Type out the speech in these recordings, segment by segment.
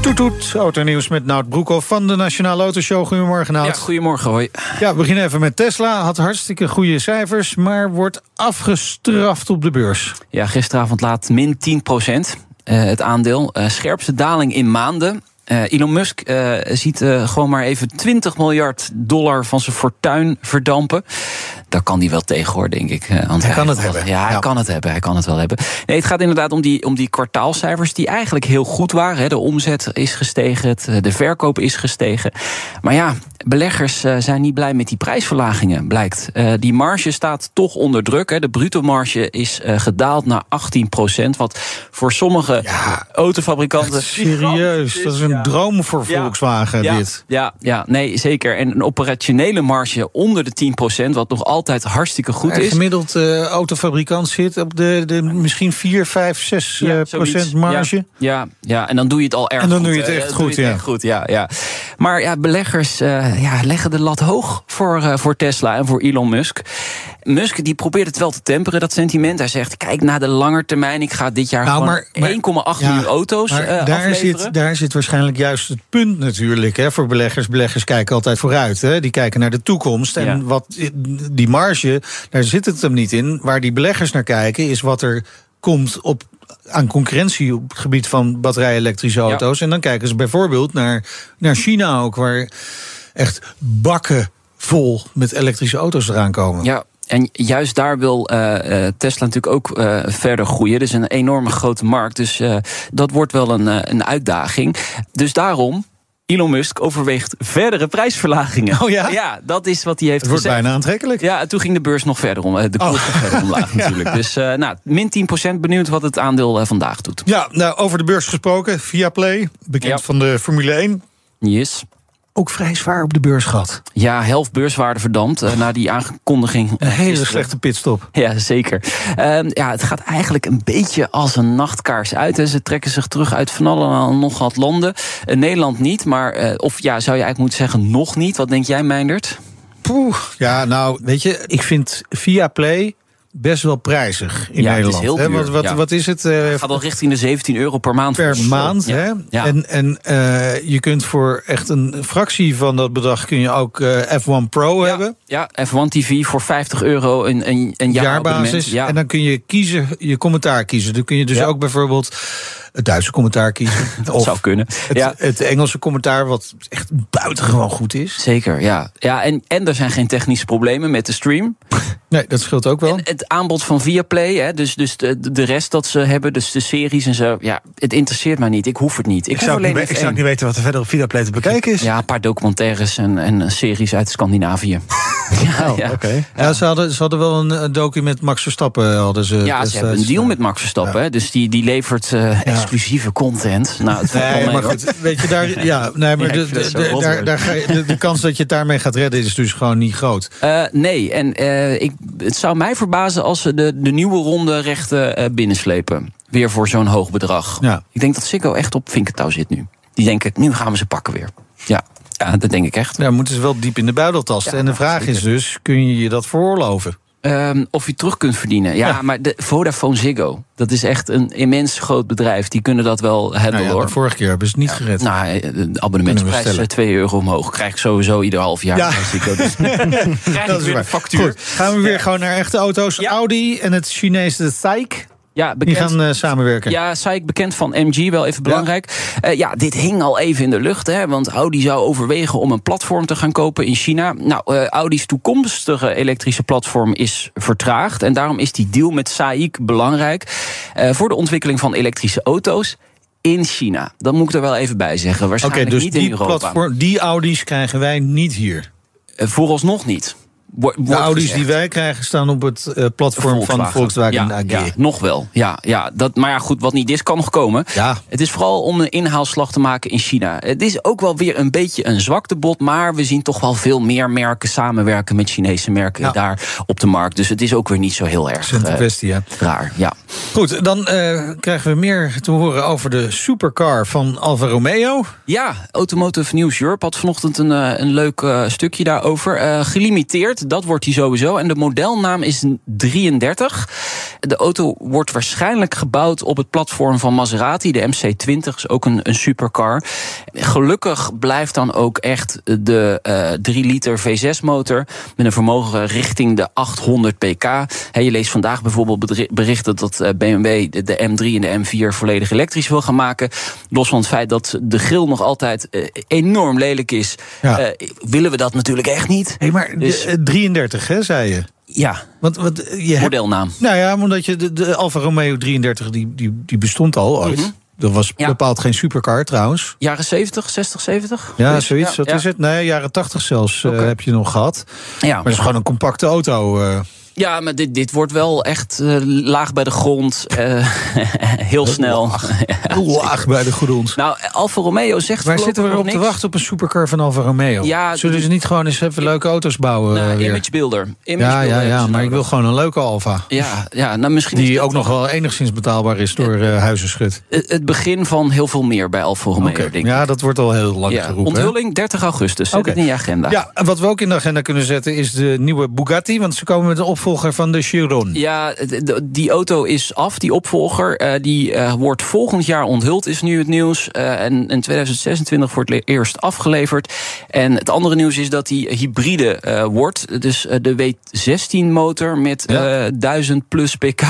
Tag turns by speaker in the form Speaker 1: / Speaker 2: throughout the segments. Speaker 1: Toet toet, autonieuws met Nout Broekhoff van de Nationale Autoshow. Goedemorgen
Speaker 2: Ja,
Speaker 1: Nout.
Speaker 2: goedemorgen, hoi.
Speaker 1: Ja, we beginnen even met Tesla. Had hartstikke goede cijfers, maar wordt afgestraft op de beurs.
Speaker 2: Ja, gisteravond laat min 10 eh, het aandeel. Eh, scherpste daling in maanden. Eh, Elon Musk eh, ziet eh, gewoon maar even 20 miljard dollar van zijn fortuin verdampen. Daar kan hij wel tegen hoor, denk ik. eh, want
Speaker 1: Hij kan het hebben.
Speaker 2: Ja, hij
Speaker 1: Ja.
Speaker 2: kan het hebben. Hij kan het wel hebben. Nee, het gaat inderdaad om die, om die kwartaalcijfers die eigenlijk heel goed waren. hè. De omzet is gestegen, het- eh, de verkoop is gestegen. Maar ja, beleggers eh, zijn niet blij met die prijsverlagingen, blijkt. Eh, die marge staat toch onder druk. Hè. De bruto marge is eh, gedaald naar 18 Wat voor sommige autofabrikanten...
Speaker 1: Serieus, dat is een droom voor Volkswagen
Speaker 2: Ja,
Speaker 1: dit.
Speaker 2: Ja, ja, nee, zeker. En een operationele marge onder de 10 wat nog altijd hartstikke goed
Speaker 1: En
Speaker 2: is.
Speaker 1: gemiddeld eh, autofabrikant zit op de, de misschien 4, 5, 6
Speaker 2: Ja, zoiets.
Speaker 1: eh, procent marge.
Speaker 2: Ja, ja, ja, en dan doe je het al erg
Speaker 1: En dan
Speaker 2: goed,
Speaker 1: doe je het
Speaker 2: hè.
Speaker 1: echt
Speaker 2: Dan
Speaker 1: goed,
Speaker 2: doe je het
Speaker 1: ja.
Speaker 2: echt goed, ja, ja. Maar ja, beleggers eh, ja, leggen de lat hoog voor, eh, voor Tesla en voor Elon Musk. Musk die probeert het wel te temperen, dat sentiment. Hij zegt, kijk naar de lange termijn. Ik ga dit jaar
Speaker 1: Nou,
Speaker 2: gewoon
Speaker 1: maar- maar-
Speaker 2: 1,8 miljoen auto's
Speaker 1: maar
Speaker 2: eh,
Speaker 1: daar,
Speaker 2: afleveren.
Speaker 1: zit, daar zit waarschijnlijk juist het punt natuurlijk hè, voor beleggers. Beleggers kijken altijd vooruit. Hè. Die kijken naar de toekomst. En
Speaker 2: Ja.
Speaker 1: wat, die marge, daar zit het hem niet in. Waar die beleggers naar kijken is wat er komt op, aan concurrentie op het gebied van batterij-elektrische auto's. En dan kijken ze bijvoorbeeld naar, naar China ook, waar echt bakken vol met elektrische auto's eraan komen.
Speaker 2: Ja, en juist daar wil eh, eh, Tesla natuurlijk ook eh, verder groeien. Dus een enorme grote markt. Dus eh, dat wordt wel een, eh, een uitdaging. Dus daarom. Elon Musk overweegt verdere prijsverlagingen.
Speaker 1: Oh ja?
Speaker 2: Ja, dat is wat hij heeft
Speaker 1: Het wordt
Speaker 2: gezegd.
Speaker 1: bijna Oh. aantrekkelijk.
Speaker 2: Ja, en toen ging de beurs nog verder om. eh, De koers nog verder omlaag natuurlijk. Dus eh, nou, min 10% benieuwd wat het aandeel eh, vandaag doet.
Speaker 1: Ja, nou, over de beurs gesproken, Viaplay, bekend
Speaker 2: Ja.
Speaker 1: van de Formule 1.
Speaker 2: Yes.
Speaker 1: ook vrij zwaar op de beurs gehad.
Speaker 2: Ja, helft beurswaarde verdampt eh, na die aankondiging.
Speaker 1: Een
Speaker 2: eh,
Speaker 1: hele
Speaker 2: gisteren.
Speaker 1: slechte pitstop.
Speaker 2: Ja, zeker. Ehm, ja, het gaat eigenlijk een beetje als een nachtkaars uit. Hè. Ze trekken zich terug uit van allemaal nog wat landen. Eh, Nederland niet, maar eh, of ja, zou je eigenlijk moeten zeggen nog niet. Wat denk jij, Meindert?
Speaker 1: Poeh. Ja, nou, weet je, ik vind Viaplay best wel prijzig in
Speaker 2: Ja, het is
Speaker 1: Nederland.
Speaker 2: heel
Speaker 1: hè?
Speaker 2: duur,
Speaker 1: Wat, wat,
Speaker 2: ja.
Speaker 1: wat is het eh,
Speaker 2: Gaat al richting de 17 euro per maand.
Speaker 1: per
Speaker 2: volgens mij.
Speaker 1: maand?
Speaker 2: Ja,
Speaker 1: Hè?
Speaker 2: ja.
Speaker 1: En, en eh, je kunt voor echt een fractie van dat bedrag kun je ook eh, F1 Pro hebben.
Speaker 2: ja, F1 TV voor 50 euro een, een, een jaar
Speaker 1: jaarbasis.
Speaker 2: abonnement. Ja.
Speaker 1: En dan kun je kiezen, je commentaar kiezen. Dan kun je dus
Speaker 2: Ja.
Speaker 1: ook bijvoorbeeld het Duitse commentaar kiezen.
Speaker 2: dat
Speaker 1: of
Speaker 2: zou kunnen.
Speaker 1: het,
Speaker 2: ja.
Speaker 1: het Engelse commentaar, wat echt buitengewoon goed is.
Speaker 2: Zeker, ja. ja en, en er zijn geen technische problemen met de stream.
Speaker 1: Nee, dat scheelt ook wel.
Speaker 2: En het aanbod van Viaplay, hè, dus, dus de, de rest dat ze hebben, dus de series en zo. Ja, het interesseert mij niet. Ik hoef het niet. Ik,
Speaker 3: Ik
Speaker 2: hoef
Speaker 3: zou, ook
Speaker 2: alleen
Speaker 3: niet, we- ik
Speaker 2: F1.
Speaker 3: zou ook niet weten wat er verder op Viaplay te bekijken is.
Speaker 2: Ja, een paar documentaires en, en series uit Scandinavië. ja, ja.
Speaker 3: Oh, Oké.
Speaker 1: Ja, ze hadden, ze hadden wel een, een docu met Max Verstappen. eh, Hadden ze,
Speaker 2: eh,
Speaker 1: eh.
Speaker 2: Ja, ze hebben een deal
Speaker 3: eh,
Speaker 2: met Max Verstappen. hè, Dus die, die levert eh, exclusieve content. Nou, het valt wel
Speaker 1: Nee,
Speaker 2: mee,
Speaker 1: maar
Speaker 2: hoor.
Speaker 1: goed, weet je, daar, ja, nee, maar
Speaker 2: Ja,
Speaker 1: de,
Speaker 2: ik vind
Speaker 1: de-
Speaker 2: het zo
Speaker 1: de-
Speaker 2: rot,
Speaker 1: daar,
Speaker 2: hoor.
Speaker 1: daar ga je- de, de kans dat je het daarmee gaat redden is dus gewoon niet groot.
Speaker 2: Eh, nee, en eh, ik, het zou mij verbazen als ze de, de nieuwe ronde rechten eh, binnenslepen. Weer voor zo'n hoog bedrag.
Speaker 1: Ja.
Speaker 2: Ik denk dat Sikko echt op vinkentouw zit nu. Die denken, nu gaan we ze pakken weer. Ja, ja dat denk ik echt.
Speaker 1: Daar moeten ze wel diep in de buidel tasten. en de vraag is dus, kun je je dat veroorloven?
Speaker 2: Ehm, of je terug kunt verdienen. Ja, maar de Vodafone Ziggo, dat is echt een immens groot bedrijf. Die kunnen dat wel hebben
Speaker 1: Nou ja, de
Speaker 2: hoor.
Speaker 1: vorige keer hebben ze het niet gered.
Speaker 2: Nou, eh, de
Speaker 1: Kunnen we
Speaker 2: abonnementsprijs
Speaker 1: stellen.
Speaker 2: eh, 2 euro omhoog. Krijg ik sowieso ieder half jaar.
Speaker 1: Ja.
Speaker 2: van Ziggo. Dus krijg ik weer
Speaker 1: waar.
Speaker 2: een factuur.
Speaker 1: Goed, gaan we weer gewoon naar echte auto's.
Speaker 2: Ja.
Speaker 1: Audi en het Chinese SAIC.
Speaker 2: Ja,
Speaker 1: Die
Speaker 2: bekend.
Speaker 1: gaan eh, samenwerken.
Speaker 2: Ja, zei ik bekend van MG, wel even belangrijk. Ja, ja dit hing al even in de lucht, hè, want Audi zou overwegen om een platform te gaan kopen in China. Nou, eh, Audi's toekomstige elektrische platform is vertraagd en daarom is die deal met SAIC belangrijk eh, voor de ontwikkeling van elektrische auto's. In China. Dat moet ik er wel even bij zeggen.
Speaker 1: Oké,
Speaker 2: Waarschijnlijk
Speaker 1: dus
Speaker 2: niet in
Speaker 1: die,
Speaker 2: Europa.
Speaker 1: platform, die Audi's krijgen wij niet hier.
Speaker 2: Eh, Vooralsnog niet. wordt
Speaker 1: De Nou, Audi's
Speaker 2: gezegd.
Speaker 1: die wij krijgen staan op het eh, platform van Volkswagen
Speaker 2: ja,
Speaker 1: AG.
Speaker 2: ja, nog wel. Ja, ja, dat, maar ja, goed, wat niet is, kan nog komen.
Speaker 1: Ja.
Speaker 2: Het is vooral om een inhaalslag te maken in China. Het is ook wel weer een beetje een zwaktebod. Maar we zien toch wel veel meer merken samenwerken met Chinese merken
Speaker 1: Ja.
Speaker 2: daar op de markt. Dus het is ook weer niet zo heel erg
Speaker 1: Interessante
Speaker 2: eh,
Speaker 1: kwestie, ja.
Speaker 2: raar. Ja.
Speaker 1: Goed, dan eh, krijgen we meer te horen over de supercar van Alfa Romeo.
Speaker 2: ja, Automotive News Europe had vanochtend een, eh, een leuk eh, stukje daarover. Eh, gelimiteerd, dat wordt hij sowieso. En de modelnaam is een 33. De auto wordt waarschijnlijk gebouwd op het platform van Maserati. De MC20 is ook een, een supercar. Gelukkig blijft dan ook echt de eh 3 liter V6 motor met een vermogen richting de 800 pk. Hè, je leest vandaag bijvoorbeeld bedri- berichten dat eh, BMW de- de M3 en de M4 volledig elektrisch wil gaan maken. Los van het feit dat de grill nog altijd eh, enorm lelijk is,
Speaker 1: Ja.
Speaker 2: eh, willen we dat natuurlijk echt niet.
Speaker 1: Hé, maar
Speaker 2: Dus-
Speaker 1: de, eh, 33, hè, zei je?
Speaker 2: Ja,
Speaker 1: Want, want eh, je hebt,
Speaker 2: modelnaam.
Speaker 1: nou ja, omdat je de, de Alfa Romeo 33, die, die, die bestond al ooit. Dat was
Speaker 2: Mhm. Ja.
Speaker 1: bepaald geen supercar trouwens.
Speaker 2: Jaren 70, 60, 70?
Speaker 1: Ja,
Speaker 2: Dus,
Speaker 1: zoiets. wat
Speaker 2: ja.
Speaker 1: is het? Nee, jaren 80 zelfs eh,
Speaker 2: Oké.
Speaker 1: heb je nog gehad.
Speaker 2: Ja.
Speaker 1: Maar het is gewoon een compacte auto. eh.
Speaker 2: Ja, maar dit, dit wordt wel echt eh, laag bij de grond. eh, heel snel.
Speaker 1: Heel laag bij de grond.
Speaker 2: Nou, Alfa Romeo zegt
Speaker 1: Waar
Speaker 2: voorlopig
Speaker 1: zitten we
Speaker 2: nog
Speaker 1: op te
Speaker 2: niks.
Speaker 1: wachten op een supercar van Alfa Romeo?
Speaker 2: Ja,
Speaker 1: Zullen
Speaker 2: die-
Speaker 1: ze niet gewoon eens even leuke auto's bouwen? eh,
Speaker 2: Nou,
Speaker 1: weer?
Speaker 2: image builder. Image
Speaker 1: ja,
Speaker 2: builder
Speaker 1: ja, ja,
Speaker 2: hebben ze
Speaker 1: maar ik wil
Speaker 2: nodig.
Speaker 1: gewoon een leuke Alfa.
Speaker 2: Ja, ja, nou misschien is
Speaker 1: Die
Speaker 2: dit
Speaker 1: ook nog wel enigszins betaalbaar is door eh Huizenschut.
Speaker 2: het het begin van heel veel meer bij Alfa Romeo,
Speaker 1: Oké.
Speaker 2: denk ik.
Speaker 1: Ja, dat wordt al heel lang
Speaker 2: Ja,
Speaker 1: geroepen. hè?
Speaker 2: onthulling 30 augustus. Zet
Speaker 1: Oké.
Speaker 2: het in je agenda.
Speaker 1: Ja, en wat we ook in de agenda kunnen zetten is de nieuwe Bugatti. Want ze komen met een opvolger van de Chiron.
Speaker 2: Ja, d- d- die auto is af, die opvolger. Eh, die eh, wordt volgend jaar onthuld, is nu het nieuws. Eh, en in 2026 wordt le- eerst afgeleverd. En het andere nieuws is dat die hybride eh, wordt. Dus eh, de W16-motor met
Speaker 1: Ja.
Speaker 2: eh 1000 plus pk,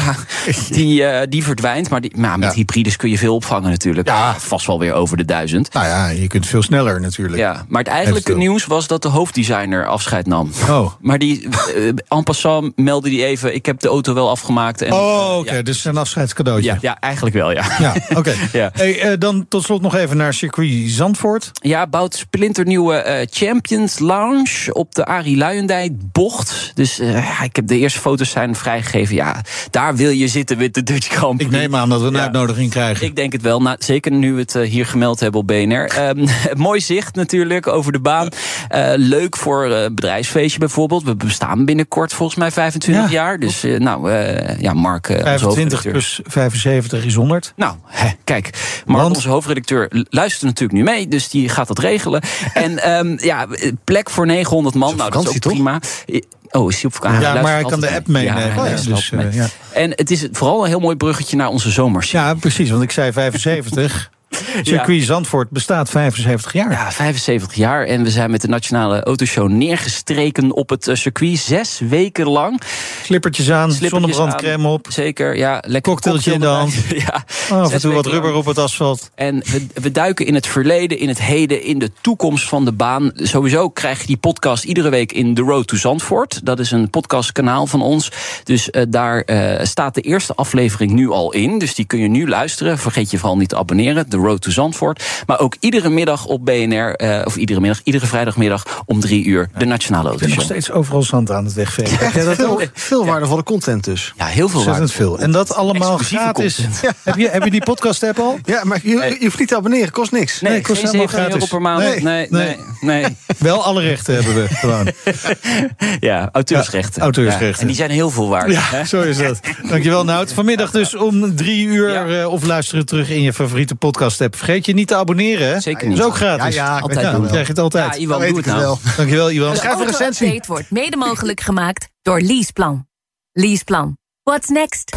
Speaker 2: die, eh, die verdwijnt. Maar die, nou, met
Speaker 1: Ja.
Speaker 2: hybrides kun je veel opvangen natuurlijk.
Speaker 1: Ja.
Speaker 2: Vast wel weer over de 1000.
Speaker 1: Nou ja, je kunt veel sneller natuurlijk.
Speaker 2: Ja, maar het eigenlijke
Speaker 1: Even stil.
Speaker 2: nieuws was dat de hoofddesigner afscheid nam.
Speaker 1: Oh.
Speaker 2: Maar die, eh, en passant meldde die even... ik heb de auto wel afgemaakt. En,
Speaker 1: Oh, oké,
Speaker 2: eh, ja.
Speaker 1: dus het is een afscheidscadeautje.
Speaker 2: Ja, ja, eigenlijk wel, ja.
Speaker 1: Ja, oké.
Speaker 2: Ja.
Speaker 1: Hey, eh, dan tot slot nog even naar circuit Zandvoort.
Speaker 2: Ja, bouwt splinternieuwe eh, Champions Lounge op de Arie Luijendijk bocht. Dus eh, ja, ik heb de eerste foto's zijn vrijgegeven. Ja, daar wil je zitten met de Dutch Grand
Speaker 1: Ik
Speaker 2: Prix.
Speaker 1: neem aan dat we een
Speaker 2: Ja.
Speaker 1: uitnodiging krijgen.
Speaker 2: Ik denk het wel, nou, zeker nu we het eh, hier gemeld hebben op BNR. Ehm, mooi zicht natuurlijk over de baan. Eh, leuk voor eh, bedrijfsfeestje bijvoorbeeld. We bestaan binnenkort volgens mij 25
Speaker 1: Ja,
Speaker 2: jaar. Dus eh, nou, eh, ja, Mark. eh, onze
Speaker 1: 25
Speaker 2: hoofdredacteur.
Speaker 1: plus 75 is 100.
Speaker 2: Nou, hè, kijk, maar
Speaker 1: Want?
Speaker 2: onze hoofdredacteur l- luistert natuurlijk nu mee, dus die gaat dat regelen. en ehm, ja, plek voor 900 man, nou dat is ook
Speaker 3: vakantie, toch?
Speaker 2: prima. Oh, is hij op vakantie?
Speaker 1: Ja,
Speaker 2: Hij luistert
Speaker 1: maar hij kan
Speaker 2: altijd
Speaker 1: de app meenemen.
Speaker 2: Ja, hij
Speaker 1: Oh, ja,
Speaker 2: luistert
Speaker 1: dus,
Speaker 2: altijd
Speaker 1: eh,
Speaker 2: mee. En het is vooral een heel mooi bruggetje naar onze zomers.
Speaker 1: Ja, precies, want ik zei 75. Circuit Zandvoort bestaat 75 jaar.
Speaker 2: Ja, 75 jaar en we zijn met de Nationale Autoshow neergestreken op het eh, circuit. Zes weken lang.
Speaker 1: Slippertjes aan,
Speaker 2: Slippertjes
Speaker 1: zonnebrandcrème
Speaker 2: aan.
Speaker 1: op.
Speaker 2: Zeker, ja. Lekker
Speaker 1: Cocktailtje in de
Speaker 2: cocktail
Speaker 1: hand.
Speaker 2: erbij. ja,
Speaker 1: Oh, af en
Speaker 2: zes
Speaker 1: toe wat
Speaker 2: weken
Speaker 1: rubber
Speaker 2: lang.
Speaker 1: op het asfalt.
Speaker 2: En we, we duiken in het verleden, in het heden, in de toekomst van de baan. Sowieso krijg je die podcast iedere week in The Road to Zandvoort. Dat is een podcastkanaal van ons. Dus eh, daar eh, staat de eerste aflevering nu al in. Dus die kun je nu luisteren. Vergeet je vooral niet te abonneren. The Road to Zandvoort. Maar ook iedere middag op BNR, eh, of iedere middag, iedere vrijdagmiddag om drie uur, de Nationale
Speaker 1: Ik ben nog
Speaker 2: Autoshow.
Speaker 1: steeds overal zand aan het wegvegen. Krijg jij dat ook?
Speaker 3: Veel, veel waardevolle content dus.
Speaker 2: Ja, heel veel
Speaker 1: Ontzettend
Speaker 2: waard.
Speaker 1: veel. En dat allemaal
Speaker 2: Exclusieve
Speaker 1: gratis.
Speaker 2: content.
Speaker 1: Heb, je, heb je die podcast-app al?
Speaker 3: Ja, maar je, je hoeft niet te abonneren, kost niks.
Speaker 2: Nee,
Speaker 1: Nee, kost
Speaker 2: geen
Speaker 1: helemaal
Speaker 2: 7 euro
Speaker 1: gratis.
Speaker 2: per maand.
Speaker 1: Nee,
Speaker 2: nee, nee. nee.
Speaker 1: Wel alle rechten hebben we gewoon.
Speaker 2: Ja, auteursrechten.
Speaker 1: Ja, auteursrechten.
Speaker 2: Ja, en die zijn heel veel waard.
Speaker 1: Ja, zo is dat. Dankjewel, Nout. Vanmiddag dus om drie uur
Speaker 2: Ja.
Speaker 1: eh, of luisteren terug in je favoriete podcast-app. Vergeet je niet te abonneren. hè?
Speaker 2: Zeker
Speaker 1: Dat
Speaker 2: niet.
Speaker 1: is ook gratis.
Speaker 3: Ja, ja, ik
Speaker 2: Altijd
Speaker 1: Ja,
Speaker 2: doen.
Speaker 1: dan krijg je het
Speaker 2: Ja,
Speaker 1: altijd.
Speaker 2: Iwan,
Speaker 3: weet
Speaker 2: doe het
Speaker 3: ik het
Speaker 2: nou.
Speaker 3: wel.
Speaker 1: Dankjewel, Iwan.
Speaker 4: De
Speaker 3: Schrijf een recensie.
Speaker 4: Auto-update wordt mede mogelijk gemaakt door Leaseplan. Leaseplan. What's next?